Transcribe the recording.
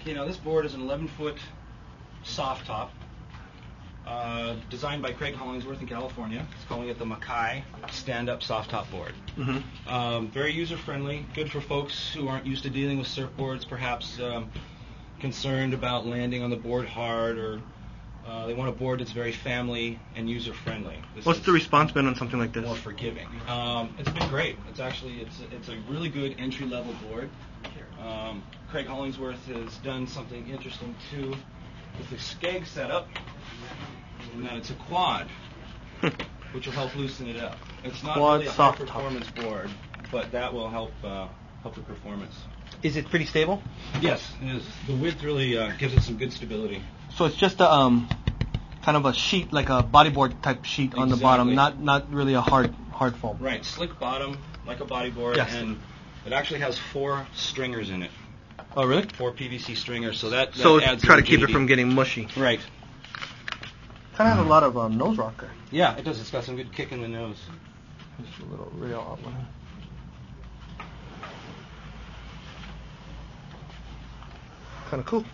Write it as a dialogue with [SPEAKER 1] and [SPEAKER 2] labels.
[SPEAKER 1] Okay, now this board is an 11-foot soft top, uh, designed by Craig Hollingsworth in California. He's calling it the Mackay stand-up soft top board.
[SPEAKER 2] Mm-hmm.
[SPEAKER 1] Um, very user-friendly, good for folks who aren't used to dealing with surfboards, perhaps um, concerned about landing on the board hard, or uh, they want a board that's very family and user-friendly. This
[SPEAKER 2] What's
[SPEAKER 1] is-
[SPEAKER 2] the response been on something like this?
[SPEAKER 1] more forgiving. Um, it's been great. It's actually it's it's a really good entry level board. Um, Craig Hollingsworth has done something interesting too with the skeg setup, and that it's a quad, which will help loosen it up. It's not
[SPEAKER 2] Quad
[SPEAKER 1] really a high
[SPEAKER 2] soft top.
[SPEAKER 1] performance board, but that will help uh, help the performance.
[SPEAKER 2] Is it pretty stable?
[SPEAKER 1] Yes, it is. The width really uh, gives it some good stability.
[SPEAKER 2] So it's just a um, kind of a sheet, like a bodyboard type sheet on the bottom,
[SPEAKER 1] Exactly.
[SPEAKER 2] not not really a hard hard foam.
[SPEAKER 1] Right, slick bottom, like a bodyboard,
[SPEAKER 2] Yes.
[SPEAKER 1] and it actually has four stringers in it.
[SPEAKER 2] Oh, really?
[SPEAKER 1] four PVC stringers, so that, that
[SPEAKER 2] So
[SPEAKER 1] adds
[SPEAKER 2] try to
[SPEAKER 1] another
[SPEAKER 2] keep it
[SPEAKER 1] 80.
[SPEAKER 2] from getting mushy.
[SPEAKER 1] right.
[SPEAKER 2] Kind of has a lot of um, nose rocker.
[SPEAKER 1] Yeah, it does. It's got some good kick in the nose.
[SPEAKER 2] Just a little real outline. Kind of cool.